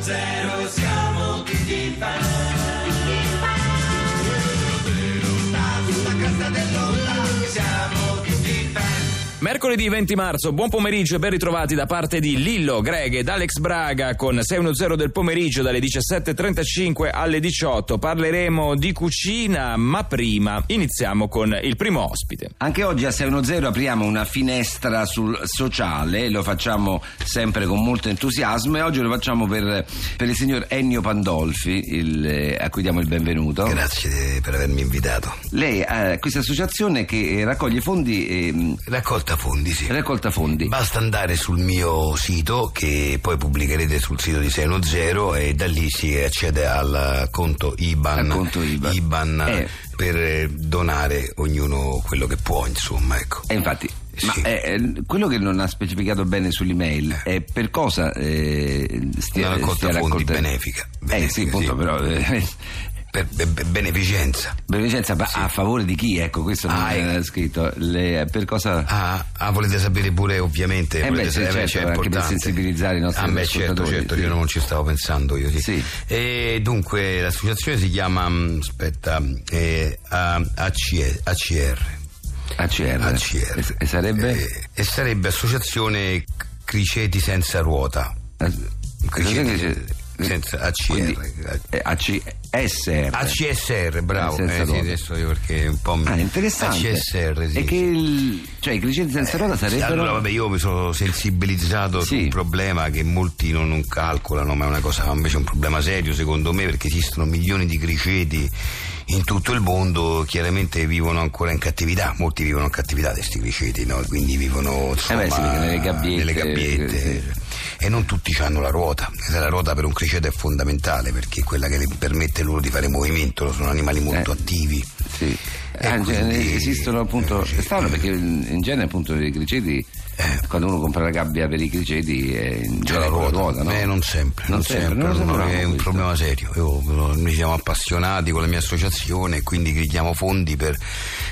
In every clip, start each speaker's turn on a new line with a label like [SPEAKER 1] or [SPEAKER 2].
[SPEAKER 1] zero siamo tutti fan. Quello vero sta sulla cresta dell'onda, siamo tutti fan.
[SPEAKER 2] Mercoledì 20 marzo, buon pomeriggio e ben ritrovati da parte di Lillo, Greg ed Alex Braga con 610 del pomeriggio dalle 17.35 alle 18. Parleremo di cucina, ma prima iniziamo con il primo ospite.
[SPEAKER 3] Anche oggi a 610 apriamo una finestra sul sociale, lo facciamo sempre con molto entusiasmo e oggi lo facciamo per, per il signor Ennio Pandolfi, il, eh, a cui diamo il benvenuto.
[SPEAKER 4] Grazie per avermi invitato.
[SPEAKER 3] Lei ha questa associazione che eh, raccoglie fondi e mh,
[SPEAKER 4] Raccolta fondi, sì.
[SPEAKER 3] raccolta fondi.
[SPEAKER 4] Basta andare sul mio sito che poi pubblicherete sul sito di 610 e da lì si accede al conto IBAN,
[SPEAKER 3] Al conto IBAN. Eh.
[SPEAKER 4] per eh, donare ognuno quello che può, insomma, ecco.
[SPEAKER 3] E infatti, ma
[SPEAKER 4] Sì.
[SPEAKER 3] eh, quello che non ha specificato bene sull'email è per cosa eh, stia,
[SPEAKER 4] Una raccolta
[SPEAKER 3] stia
[SPEAKER 4] fondi
[SPEAKER 3] raccolta-
[SPEAKER 4] benefica,
[SPEAKER 3] eh sì,
[SPEAKER 4] benefica,
[SPEAKER 3] appunto,
[SPEAKER 4] sì.
[SPEAKER 3] però... eh,
[SPEAKER 4] Per be- be- beneficenza.
[SPEAKER 3] beneficenza, ma a favore di chi? Ecco, questo non
[SPEAKER 4] Ah,
[SPEAKER 3] è scritto. Le- per cosa...
[SPEAKER 4] Ah, ah, volete sapere pure ovviamente
[SPEAKER 3] Eh,
[SPEAKER 4] volete
[SPEAKER 3] beh, sì,
[SPEAKER 4] sapere,
[SPEAKER 3] certo, anche per
[SPEAKER 4] importante.
[SPEAKER 3] sensibilizzare i nostri
[SPEAKER 4] ah, beh, certo,
[SPEAKER 3] ascoltatori,
[SPEAKER 4] certo,
[SPEAKER 3] sì.
[SPEAKER 4] io non ci stavo pensando io sì.
[SPEAKER 3] Sì.
[SPEAKER 4] E dunque l'associazione si chiama mh, aspetta eh, A- ACE, ACR
[SPEAKER 3] ACR.
[SPEAKER 4] ACR.
[SPEAKER 3] E, e sarebbe?
[SPEAKER 4] Eh, e sarebbe Associazione C- Criceti Senza Ruota. Criceti Senza ACR.
[SPEAKER 3] Quindi, eh, ACSR.
[SPEAKER 4] ACSR, bravo.
[SPEAKER 3] Senza
[SPEAKER 4] Eh, sì,
[SPEAKER 3] ruota.
[SPEAKER 4] adesso io perché un po' mi...
[SPEAKER 3] Ah, interessante.
[SPEAKER 4] ACSR, sì.
[SPEAKER 3] E che il, cioè, i criceti senza ruota
[SPEAKER 4] Eh, Sì,
[SPEAKER 3] sarebbero...
[SPEAKER 4] Allora, vabbè, io mi sono sensibilizzato su
[SPEAKER 3] Sì.
[SPEAKER 4] un problema che molti non, non calcolano, ma è una cosa invece un problema serio secondo me, perché esistono milioni di criceti in tutto il mondo, chiaramente vivono ancora in cattività, molti vivono in cattività questi criceti, no? quindi vivono insomma,
[SPEAKER 3] Eh sì, perché nelle gabbiette,
[SPEAKER 4] nelle gabbiette.
[SPEAKER 3] eh,
[SPEAKER 4] E non tutti hanno la ruota. La ruota per un criceto è fondamentale perché è quella che le permette loro di fare movimento, sono animali molto
[SPEAKER 3] Eh.
[SPEAKER 4] attivi.
[SPEAKER 3] Sì.
[SPEAKER 4] E
[SPEAKER 3] Ah, in
[SPEAKER 4] quindi-
[SPEAKER 3] genere esistono appunto
[SPEAKER 4] eh,
[SPEAKER 3] è strano perché in in genere appunto i criceti quando uno compra la gabbia per i criceti eh, in
[SPEAKER 4] C'è
[SPEAKER 3] genere
[SPEAKER 4] la
[SPEAKER 3] con
[SPEAKER 4] ruota,
[SPEAKER 3] la ruota no?
[SPEAKER 4] Eh, non sempre, non, sempre,
[SPEAKER 3] non lo
[SPEAKER 4] no,
[SPEAKER 3] sapevamo
[SPEAKER 4] è un
[SPEAKER 3] questo.
[SPEAKER 4] problema serio. Io- noi siamo appassionati con la mia associazione, quindi chiediamo fondi per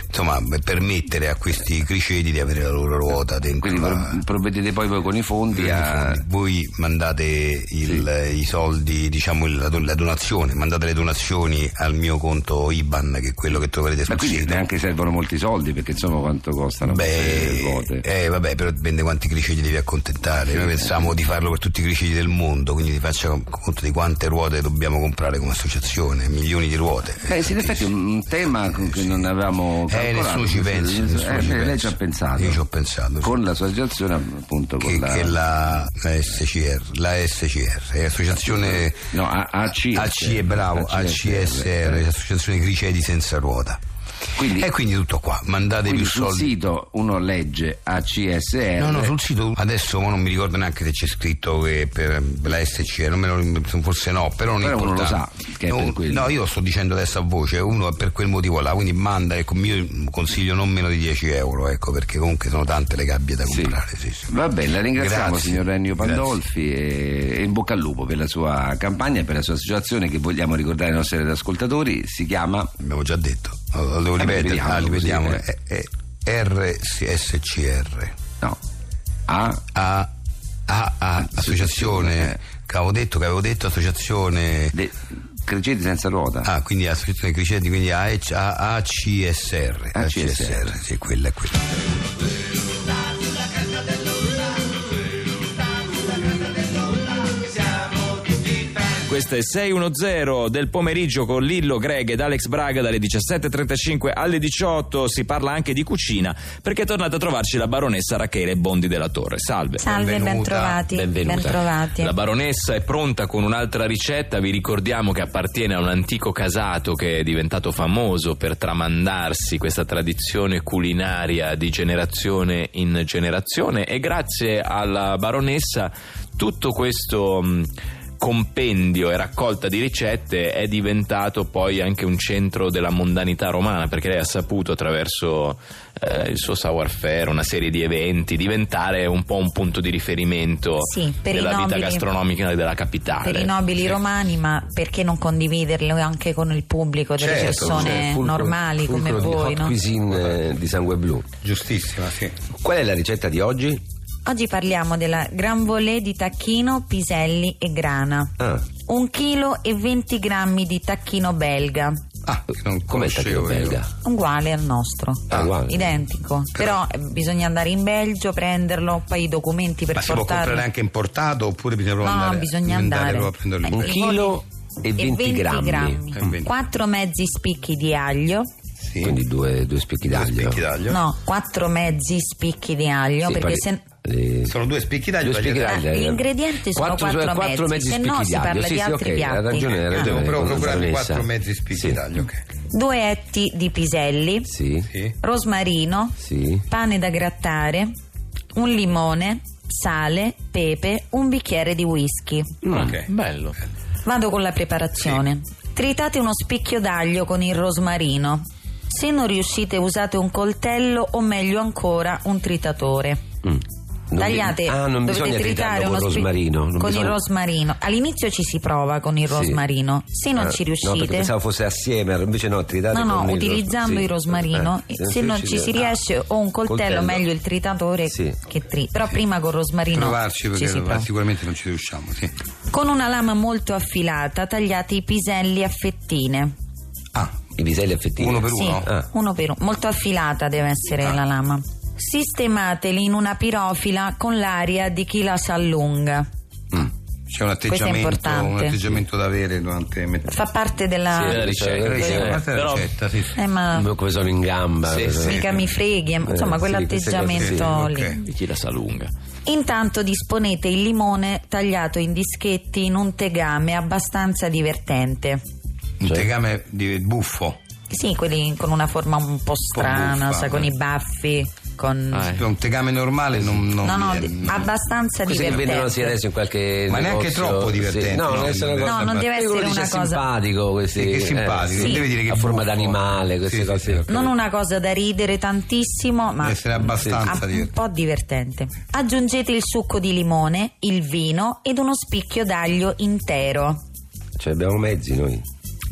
[SPEAKER 4] insomma, per permettere a questi criceti di avere la loro ruota dentro.
[SPEAKER 3] quindi
[SPEAKER 4] la-
[SPEAKER 3] pro- provvedete poi voi con i fondi a
[SPEAKER 4] voi mandate il- i soldi, diciamo il- la, don- la donazione, mandate le donazioni al mio conto IBAN, che è quello che troverete
[SPEAKER 3] ma
[SPEAKER 4] sul
[SPEAKER 3] quindi
[SPEAKER 4] sito.
[SPEAKER 3] neanche servono molti soldi perché insomma quanto costano queste ruote
[SPEAKER 4] Beh, eh, vabbè, però dipende quanti criceti devi accontentare. Noi pensiamo di farlo per tutti i criceti del mondo, quindi ti faccia conto di quante ruote dobbiamo comprare come associazione, milioni di ruote.
[SPEAKER 3] Beh, sì, in effetti è Eh, un tema con- che non avevamo
[SPEAKER 4] Eh,
[SPEAKER 3] calcolato.
[SPEAKER 4] nessuno ci pensa, nessuno
[SPEAKER 3] Eh,
[SPEAKER 4] ci
[SPEAKER 3] lei ci
[SPEAKER 4] pensa.
[SPEAKER 3] ha pensato.
[SPEAKER 4] Io ci ho pensato, sì.
[SPEAKER 3] Con la sua associazione, appunto, con
[SPEAKER 4] Che,
[SPEAKER 3] la...
[SPEAKER 4] che è la, la SCR, la SCR, è associazione
[SPEAKER 3] No, A- ACSR.
[SPEAKER 4] ACE, bravo, ACSR, associazione criceti senza ruota.
[SPEAKER 3] Quindi-
[SPEAKER 4] e quindi tutto qua, mandate
[SPEAKER 3] Quindi
[SPEAKER 4] più
[SPEAKER 3] sul
[SPEAKER 4] soldi.
[SPEAKER 3] sito uno legge ACSR.
[SPEAKER 4] No, no, sul sito Eh, adesso mo non mi ricordo neanche se c'è scritto che per la SC, non me lo- forse no, però non è
[SPEAKER 3] Però uno lo
[SPEAKER 4] importante.
[SPEAKER 3] sa che è per
[SPEAKER 4] No,
[SPEAKER 3] quello.
[SPEAKER 4] No, io sto dicendo adesso a voce, uno è per quel motivo là, quindi manda, ecco, io consiglio non meno di 10 euro, ecco, perché comunque sono tante le gabbie da
[SPEAKER 3] Sì.
[SPEAKER 4] comprare. Sì, sì.
[SPEAKER 3] Va bene, la ringraziamo
[SPEAKER 4] Grazie.
[SPEAKER 3] signor Ennio
[SPEAKER 4] Grazie.
[SPEAKER 3] Pandolfi e, e in bocca al lupo per la sua campagna e per la sua associazione che vogliamo ricordare ai nostri ascoltatori. Si chiama
[SPEAKER 4] Abbiamo già detto, allora, lo devo
[SPEAKER 3] Eh,
[SPEAKER 4] ripetere,
[SPEAKER 3] vediamo
[SPEAKER 4] ah,
[SPEAKER 3] così,
[SPEAKER 4] ripetiamo,
[SPEAKER 3] eh.
[SPEAKER 4] è- è RSCR.
[SPEAKER 3] no, A
[SPEAKER 4] A, A, A,
[SPEAKER 3] eh.
[SPEAKER 4] associazione, che avevo detto, che avevo detto associazione...
[SPEAKER 3] de, Criceti senza ruota.
[SPEAKER 4] Ah, quindi associazione criceti, quindi AEC A- ACSR.
[SPEAKER 3] ACSR.
[SPEAKER 4] sì, quella è quella.
[SPEAKER 2] Questo è 610 del pomeriggio con Lillo, Greg ed Alex Braga dalle 17.35 alle 18. Si parla anche di cucina perché è tornata a trovarci la baronessa Rachele Bondi della Torre. Salve.
[SPEAKER 5] Salve,
[SPEAKER 4] Benvenuta,
[SPEAKER 5] bentrovati.
[SPEAKER 6] Benvenuta.
[SPEAKER 5] Bentrovati.
[SPEAKER 6] La baronessa è pronta con un'altra ricetta, vi ricordiamo che appartiene a un antico casato che è diventato famoso per tramandarsi questa tradizione culinaria di generazione in generazione e grazie alla baronessa tutto questo mh, compendio e raccolta di ricette è diventato poi anche un centro della mondanità romana perché lei ha saputo attraverso eh, il suo savoir-faire, una serie di eventi, diventare un po' un punto di riferimento
[SPEAKER 5] Sì, per i
[SPEAKER 6] della vita
[SPEAKER 5] nobili-
[SPEAKER 6] gastronomica della capitale.
[SPEAKER 5] per i nobili
[SPEAKER 6] Sì.
[SPEAKER 5] romani, ma perché non condividerlo anche con il pubblico, delle
[SPEAKER 4] Certo,
[SPEAKER 5] persone
[SPEAKER 7] Fulcro-
[SPEAKER 5] normali come
[SPEAKER 7] fulcro di
[SPEAKER 5] voi?
[SPEAKER 7] Hot
[SPEAKER 5] no?
[SPEAKER 7] Cuisine eh, di sangue blu.
[SPEAKER 4] Giustissima, sì.
[SPEAKER 7] Qual è la ricetta di oggi?
[SPEAKER 5] Oggi parliamo della Gran Volée di tacchino, piselli e grana.
[SPEAKER 7] Ah,
[SPEAKER 5] Un chilo e 20 grammi di tacchino belga,
[SPEAKER 4] Ah, che non
[SPEAKER 7] com'è il tacchino
[SPEAKER 4] conoscevo io.
[SPEAKER 7] belga?
[SPEAKER 5] uguale al nostro.
[SPEAKER 7] Ah, uguale.
[SPEAKER 5] Identico, però eh, bisogna andare in Belgio, prenderlo, poi i documenti per
[SPEAKER 4] Ma si può comprare
[SPEAKER 5] portarlo.
[SPEAKER 4] anche importato oppure bisogna proprio
[SPEAKER 5] No,
[SPEAKER 4] andare
[SPEAKER 5] bisogna andare.
[SPEAKER 4] proprio a prenderlo in
[SPEAKER 5] Eh,
[SPEAKER 7] Un
[SPEAKER 4] Belgio?
[SPEAKER 5] i
[SPEAKER 7] chilo
[SPEAKER 5] voli-
[SPEAKER 7] e 20, grammi.
[SPEAKER 4] Eh, 20.
[SPEAKER 5] 4 mezzi spicchi di aglio,
[SPEAKER 4] Sì.
[SPEAKER 7] Quindi due, due spicchi
[SPEAKER 4] Due
[SPEAKER 7] d'aglio.
[SPEAKER 4] spicchi d'aglio.
[SPEAKER 5] no, 4 mezzi spicchi di aglio,
[SPEAKER 7] Sì,
[SPEAKER 5] perché
[SPEAKER 7] pare-
[SPEAKER 5] se.
[SPEAKER 7] eh,
[SPEAKER 4] Sono due spicchi d'aglio.
[SPEAKER 7] Due spicchi
[SPEAKER 4] tagliati.
[SPEAKER 7] d'aglio.
[SPEAKER 5] Eh, gli ingredienti sono quattro
[SPEAKER 7] quattro
[SPEAKER 5] mezzi, se
[SPEAKER 7] spicchi
[SPEAKER 5] no si
[SPEAKER 7] d'aglio.
[SPEAKER 5] parla
[SPEAKER 7] sì,
[SPEAKER 5] di
[SPEAKER 7] sì,
[SPEAKER 5] altri
[SPEAKER 7] ok,
[SPEAKER 5] piatti.
[SPEAKER 7] Ha ragione, ha
[SPEAKER 5] Ah.
[SPEAKER 7] ragione.
[SPEAKER 4] Devo proprio
[SPEAKER 7] con la
[SPEAKER 4] procurarmi
[SPEAKER 7] baronessa.
[SPEAKER 4] quattro mezzi spicchi
[SPEAKER 7] Sì,
[SPEAKER 4] d'aglio. ok.
[SPEAKER 5] due etti di piselli,
[SPEAKER 7] Sì,
[SPEAKER 4] Sì.
[SPEAKER 5] rosmarino,
[SPEAKER 7] sì.
[SPEAKER 5] pane da grattare, un limone, sale, pepe, un bicchiere di whisky.
[SPEAKER 7] Mm.
[SPEAKER 4] Ok.
[SPEAKER 5] Mm.
[SPEAKER 6] Bello.
[SPEAKER 5] Vado con la preparazione. Tritate uno spicchio d'aglio con il rosmarino. Se non riuscite usate un coltello o meglio ancora un tritatore.
[SPEAKER 7] Mm. Non
[SPEAKER 5] Tagliate,
[SPEAKER 7] bi- ah, non
[SPEAKER 5] dovete
[SPEAKER 7] bisogna
[SPEAKER 5] tritare
[SPEAKER 7] tritarlo con
[SPEAKER 5] uno
[SPEAKER 7] il
[SPEAKER 5] spi-
[SPEAKER 7] rosmarino. non
[SPEAKER 5] con
[SPEAKER 7] bisogna-
[SPEAKER 5] il rosmarino. All'inizio ci si prova con il
[SPEAKER 7] Sì.
[SPEAKER 5] rosmarino. Se non
[SPEAKER 7] Ah,
[SPEAKER 5] ci
[SPEAKER 7] No, perché
[SPEAKER 5] riuscite,
[SPEAKER 7] pensavo fosse assieme, invece no, tritate
[SPEAKER 5] No, no,
[SPEAKER 7] con il ros-
[SPEAKER 5] utilizzando
[SPEAKER 7] sì.
[SPEAKER 5] il rosmarino,
[SPEAKER 7] Eh,
[SPEAKER 5] se non ci si riesce
[SPEAKER 7] ah,
[SPEAKER 5] o un coltello, meglio il tritatore
[SPEAKER 7] Sì.
[SPEAKER 5] che tri. Però prima con il rosmarino
[SPEAKER 4] Provarci
[SPEAKER 5] ci
[SPEAKER 4] perché
[SPEAKER 5] si prova.
[SPEAKER 4] sicuramente non ci riusciamo. Sì.
[SPEAKER 5] Con una lama molto affilata tagliate i piselli a fettine.
[SPEAKER 4] Ah,
[SPEAKER 7] I piselli affettini.
[SPEAKER 4] uno per
[SPEAKER 5] sì,
[SPEAKER 4] uno?
[SPEAKER 7] Ah.
[SPEAKER 5] uno per uno. Molto affilata deve essere la lama. Sistemateli in una pirofila con l'aria di chi la sa allunga.
[SPEAKER 4] C'è un
[SPEAKER 5] è
[SPEAKER 4] atteggiamento, un
[SPEAKER 5] importante.
[SPEAKER 4] atteggiamento da avere durante. met-
[SPEAKER 5] Fa parte della...
[SPEAKER 6] Sì, la ricetta.
[SPEAKER 7] sì,
[SPEAKER 4] Eh,
[SPEAKER 7] eh,
[SPEAKER 4] parte della
[SPEAKER 6] però-
[SPEAKER 4] ricetta, sì, sì.
[SPEAKER 5] Eh, ma
[SPEAKER 7] Come- Come sono in gamba.
[SPEAKER 6] Sì,
[SPEAKER 7] cosa-
[SPEAKER 4] sì.
[SPEAKER 5] mica mi freghi, ma insomma
[SPEAKER 7] Eh, sì, queste
[SPEAKER 5] quell'atteggiamento
[SPEAKER 4] cose, sì,
[SPEAKER 5] lì.
[SPEAKER 4] ok.
[SPEAKER 6] Di chi la sa lunga.
[SPEAKER 5] Intanto disponete il limone tagliato in dischetti in un tegame abbastanza divertente.
[SPEAKER 4] Un tegame di buffo,
[SPEAKER 5] Sì, quelli con una forma un po' strana,
[SPEAKER 4] buffa,
[SPEAKER 5] sai, con
[SPEAKER 4] eh.
[SPEAKER 5] i baffi, con...
[SPEAKER 6] Ah, eh.
[SPEAKER 4] un tegame normale non, non
[SPEAKER 5] No, no,
[SPEAKER 4] viene-
[SPEAKER 5] di- ah,
[SPEAKER 4] non-
[SPEAKER 5] abbastanza
[SPEAKER 7] Questi che vendono sì
[SPEAKER 5] divertente.
[SPEAKER 7] adesso in qualche
[SPEAKER 4] Ma neanche
[SPEAKER 7] negozio,
[SPEAKER 4] troppo
[SPEAKER 7] sì.
[SPEAKER 4] divertenti,
[SPEAKER 7] No,
[SPEAKER 4] no,
[SPEAKER 7] non, essere una
[SPEAKER 4] no,
[SPEAKER 7] cosa-
[SPEAKER 5] non deve
[SPEAKER 7] Io
[SPEAKER 5] essere
[SPEAKER 7] quello dice
[SPEAKER 5] una cosa-
[SPEAKER 7] simpatico questi eh,
[SPEAKER 4] Sì, che simpatico,
[SPEAKER 5] sì.
[SPEAKER 4] devi dire che
[SPEAKER 7] a forma
[SPEAKER 4] buffo.
[SPEAKER 7] d'animale queste
[SPEAKER 4] Sì, sì,
[SPEAKER 7] cose.
[SPEAKER 4] sì.
[SPEAKER 7] ok.
[SPEAKER 5] Non una cosa da ridere tantissimo, ma
[SPEAKER 4] Deve essere abbastanza
[SPEAKER 5] ab- un
[SPEAKER 4] divertente.
[SPEAKER 5] po' divertente. Aggiungete il succo di limone, il vino ed uno spicchio d'aglio intero.
[SPEAKER 7] Cioè abbiamo mezzi noi,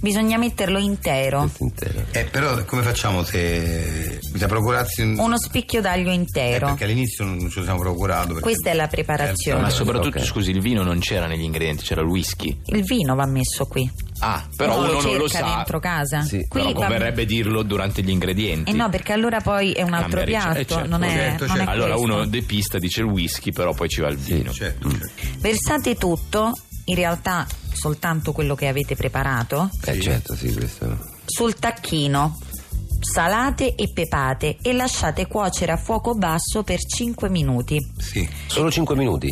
[SPEAKER 5] Bisogna metterlo intero.
[SPEAKER 7] questo intero.
[SPEAKER 4] Eh, però come facciamo se bisogna procurarsi un...
[SPEAKER 5] Uno spicchio d'aglio
[SPEAKER 4] Eh,
[SPEAKER 5] intero.
[SPEAKER 4] perché all'inizio non ci siamo procurato. perché- Eh, certo,
[SPEAKER 5] Questa è la preparazione.
[SPEAKER 6] Ma soprattutto,
[SPEAKER 7] ok.
[SPEAKER 6] scusi, il vino non c'era negli ingredienti, c'era il whisky.
[SPEAKER 5] Il vino va messo qui.
[SPEAKER 6] Ah, però
[SPEAKER 5] Uno
[SPEAKER 6] uno,
[SPEAKER 5] lo
[SPEAKER 6] non lo
[SPEAKER 5] cerca
[SPEAKER 6] sa.
[SPEAKER 5] dentro casa.
[SPEAKER 7] Sì,
[SPEAKER 5] Qui
[SPEAKER 6] però
[SPEAKER 5] va-
[SPEAKER 6] converrebbe dirlo durante gli ingredienti.
[SPEAKER 5] Eh no, perché allora poi è un altro
[SPEAKER 6] Cambia ricetta.
[SPEAKER 5] piatto,
[SPEAKER 6] Eh, certo.
[SPEAKER 5] non è,
[SPEAKER 4] Certo,
[SPEAKER 5] non è
[SPEAKER 4] certo.
[SPEAKER 6] Allora
[SPEAKER 5] questo.
[SPEAKER 6] uno depista dice il whisky, però poi ci va il vino.
[SPEAKER 4] Certo,
[SPEAKER 5] Mm.
[SPEAKER 4] certo.
[SPEAKER 5] Versate tutto, in realtà soltanto quello che avete preparato,
[SPEAKER 7] Eh certo, sì, questo.
[SPEAKER 5] sul tacchino. Salate e pepate e lasciate cuocere a fuoco basso per 5 minuti.
[SPEAKER 4] Sì.
[SPEAKER 7] Solo 5 minuti?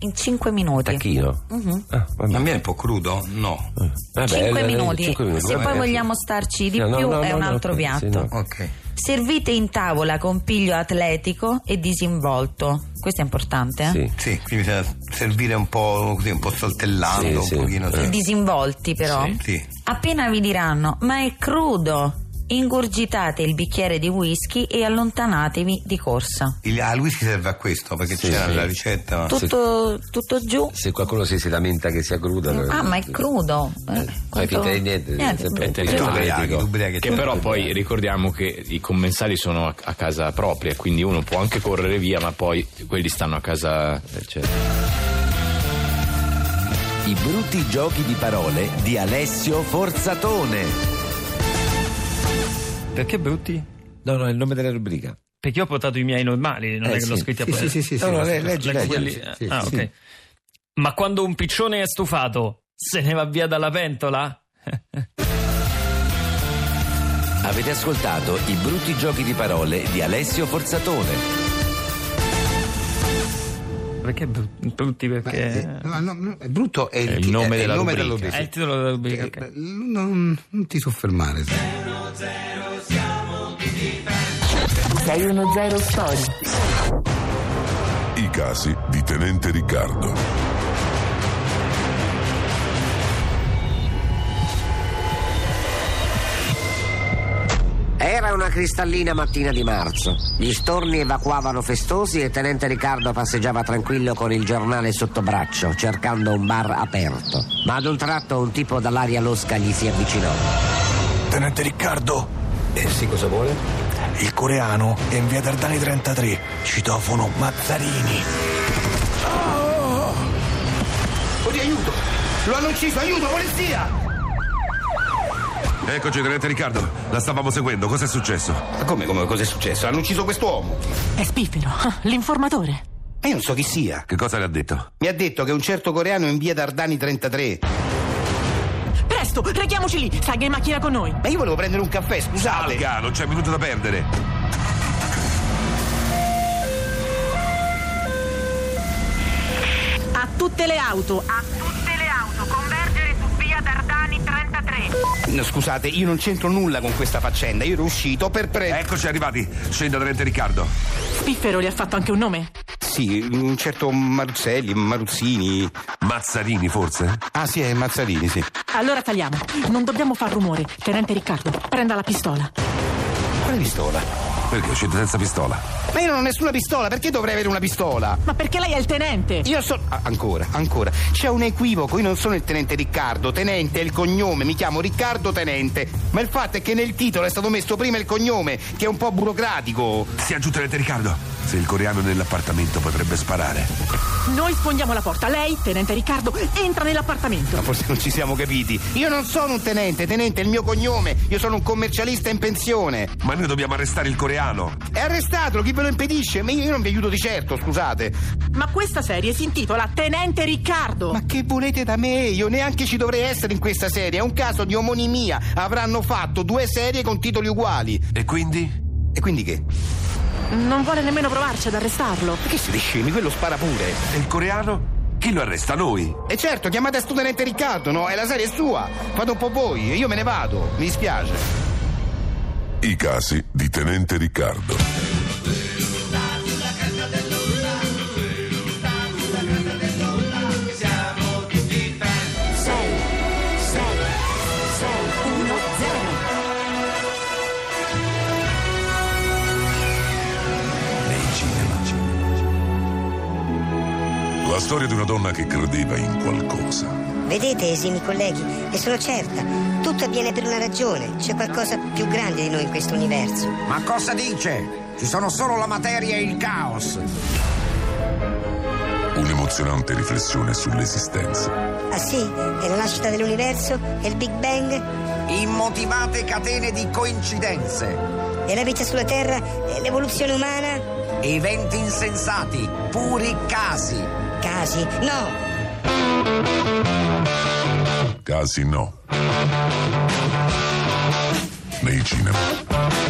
[SPEAKER 5] In 5 minuti.
[SPEAKER 7] Tacchino?
[SPEAKER 5] Mhm.
[SPEAKER 7] Ah, vabbè.
[SPEAKER 4] Ma viene un po' crudo? No.
[SPEAKER 7] Eh,
[SPEAKER 6] Ah,
[SPEAKER 7] vabbè,
[SPEAKER 5] Cinque
[SPEAKER 7] eh,
[SPEAKER 5] minuti.
[SPEAKER 7] cinque
[SPEAKER 5] Se
[SPEAKER 7] vabbè,
[SPEAKER 5] poi
[SPEAKER 7] sì.
[SPEAKER 5] vogliamo starci di più, è un altro
[SPEAKER 7] ok,
[SPEAKER 5] piatto.
[SPEAKER 4] Ok.
[SPEAKER 5] Servite in tavola con piglio atletico e disinvolto. Questo è importante. eh?
[SPEAKER 7] Sì.
[SPEAKER 4] Sì, quindi bisogna servire un po' così, un po' saltellando,
[SPEAKER 7] Sì,
[SPEAKER 4] un
[SPEAKER 7] sì.
[SPEAKER 4] pochino.
[SPEAKER 7] Eh.
[SPEAKER 4] Sì.
[SPEAKER 5] Disinvolti però.
[SPEAKER 4] Sì. Sì.
[SPEAKER 5] Appena vi diranno ma è crudo, ingurgitate il bicchiere di whisky e allontanatevi di corsa.
[SPEAKER 4] Il, ah, il whisky serve a questo, perché
[SPEAKER 7] Sì,
[SPEAKER 4] c'era
[SPEAKER 7] sì.
[SPEAKER 4] la ricetta. ma-
[SPEAKER 5] Tutto, tutto giù.
[SPEAKER 7] Se qualcuno si, si lamenta che sia crudo. allora-
[SPEAKER 5] Ah, ma è crudo. Eh,
[SPEAKER 7] Eh, fai
[SPEAKER 5] quanto-
[SPEAKER 7] finta di niente.
[SPEAKER 5] Niente.
[SPEAKER 7] sempre un
[SPEAKER 6] È
[SPEAKER 7] po'
[SPEAKER 4] E tu
[SPEAKER 6] Esatto.
[SPEAKER 4] ubriachi, tu
[SPEAKER 7] critico.
[SPEAKER 4] ubriachi.
[SPEAKER 6] Che però poi ricordiamo che i commensali sono a, a casa propria, quindi uno può anche correre via, ma poi quelli stanno a casa. Cioè,
[SPEAKER 8] I brutti giochi di parole di Alessio Forzatone.
[SPEAKER 9] Perché brutti?
[SPEAKER 7] No, no, è il nome della rubrica.
[SPEAKER 9] Perché io ho portato i miei normali, non
[SPEAKER 7] Eh,
[SPEAKER 9] è che l'ho
[SPEAKER 7] sì. Sì,
[SPEAKER 9] scritti apposta.
[SPEAKER 7] sì, sì, sì, No, no, sì, le- sì. leggi,
[SPEAKER 9] Leggo
[SPEAKER 7] leggi,
[SPEAKER 9] quelli-
[SPEAKER 7] sì, sì,
[SPEAKER 9] ah,
[SPEAKER 7] sì.
[SPEAKER 9] ok. Ma quando un piccione è stufato, se ne va via dalla pentola?
[SPEAKER 8] Avete ascoltato i brutti giochi di parole di Alessio Forzatone.
[SPEAKER 9] Perché brutti? Brutti
[SPEAKER 4] Ma-
[SPEAKER 9] perché...
[SPEAKER 4] eh, no, no, no, è brutto è il,
[SPEAKER 6] il
[SPEAKER 4] ti-
[SPEAKER 6] nome
[SPEAKER 4] è il
[SPEAKER 6] della
[SPEAKER 4] nome
[SPEAKER 6] rubrica. Eh,
[SPEAKER 4] della rubrica.
[SPEAKER 9] è il titolo della rubrica, ok.
[SPEAKER 4] Eh, Non, non ti soffermare. sì.
[SPEAKER 10] 610 Story.
[SPEAKER 11] I casi di Tenente Riccardo.
[SPEAKER 10] Era una cristallina mattina di marzo. Gli storni evacuavano festosi e Tenente Riccardo passeggiava tranquillo con il giornale sotto braccio, cercando un bar aperto. Ma ad un tratto un tipo dall'aria losca gli si avvicinò.
[SPEAKER 8] Tenente Riccardo!
[SPEAKER 7] Eh sì, cosa vuole?
[SPEAKER 12] Il coreano è in via Dardani 33, citofono Mazzarini.
[SPEAKER 13] Oddio, aiuto! Lo hanno ucciso, aiuto, polizia!
[SPEAKER 3] Eccoci, tenente Riccardo. La stavamo seguendo. Cos'è successo?
[SPEAKER 4] Ma come, come, cos'è successo? Hanno ucciso quest'uomo.
[SPEAKER 14] È Spiffero, ah, l'informatore.
[SPEAKER 4] Ma io non so chi sia.
[SPEAKER 3] Che cosa le ha detto?
[SPEAKER 4] Mi ha detto che un certo coreano è in via Dardani 33.
[SPEAKER 14] Presto, reghiamoci lì. Saga in macchina con noi.
[SPEAKER 4] Ma io volevo prendere un caffè, scusate.
[SPEAKER 3] Salga, non c'è minuto da perdere.
[SPEAKER 14] A tutte le auto. A tutte le auto. Convergere su via Dardani 33.
[SPEAKER 4] No, scusate, io non c'entro nulla con questa faccenda. Io ero uscito per prendere.
[SPEAKER 13] Ecco.
[SPEAKER 3] Eccoci arrivati. Scenda, tenente Riccardo.
[SPEAKER 14] Spiffero gli ha fatto anche un nome.
[SPEAKER 4] Sì, un certo Maruzzelli, Maruzzini.
[SPEAKER 3] Mazzarini, forse?
[SPEAKER 4] Ah, sì, è Mazzarini, sì.
[SPEAKER 14] Allora tagliamo. Non dobbiamo far rumore. Tenente Riccardo, prenda la pistola.
[SPEAKER 4] Quale pistola?
[SPEAKER 3] Perché è uscito senza pistola?
[SPEAKER 4] Ma io non ho nessuna pistola, perché dovrei avere una pistola?
[SPEAKER 14] Ma perché lei è il tenente?
[SPEAKER 4] Io sono. ancora, ancora. C'è un equivoco, io non sono il tenente Riccardo. Tenente è il cognome, mi chiamo Riccardo Tenente. Ma il fatto è che nel titolo è stato messo prima il cognome, che è un po' burocratico.
[SPEAKER 3] Sia giù, tenente Riccardo. Se il coreano è nell'appartamento potrebbe sparare.
[SPEAKER 14] Noi sfondiamo la porta. Lei, tenente Riccardo, entra nell'appartamento.
[SPEAKER 4] Ma forse non ci siamo capiti. Io non sono un tenente, tenente è il mio cognome. Io sono un commercialista in pensione.
[SPEAKER 3] Ma noi dobbiamo arrestare il coreano.
[SPEAKER 4] È arrestatelo, chi ve lo impedisce? Ma io non vi aiuto di certo, scusate.
[SPEAKER 14] Ma questa serie si intitola Tenente Riccardo.
[SPEAKER 4] Ma che volete da me? Io neanche ci dovrei essere in questa serie. È un caso di omonimia. Avranno fatto due serie con titoli uguali.
[SPEAKER 3] E quindi?
[SPEAKER 4] E quindi che?
[SPEAKER 14] Non vuole nemmeno provarci ad arrestarlo.
[SPEAKER 4] Ma che siete scemi? Quello spara pure.
[SPEAKER 3] E il coreano? Chi lo arresta? Noi.
[SPEAKER 4] E certo, chiamate sto tenente Riccardo, no? E la serie è sua. Fate un po' voi, e io me ne vado. Mi dispiace.
[SPEAKER 11] I casi di Tenente Riccardo. La storia di una donna che credeva in qualcosa.
[SPEAKER 5] Vedete, esimi colleghi, ne sono certa. Tutto avviene per una ragione. C'è qualcosa più grande di noi in questo universo.
[SPEAKER 15] Ma cosa dice? Ci sono solo la materia e il caos.
[SPEAKER 11] Un'emozionante riflessione sull'esistenza.
[SPEAKER 5] Ah sì? È la nascita dell'universo? È il Big Bang?
[SPEAKER 15] Immotivate catene di coincidenze.
[SPEAKER 5] È la vita sulla Terra? È l'evoluzione umana?
[SPEAKER 15] Eventi insensati, puri casi.
[SPEAKER 5] Casi? No!
[SPEAKER 11] Casi no. Nei cinema.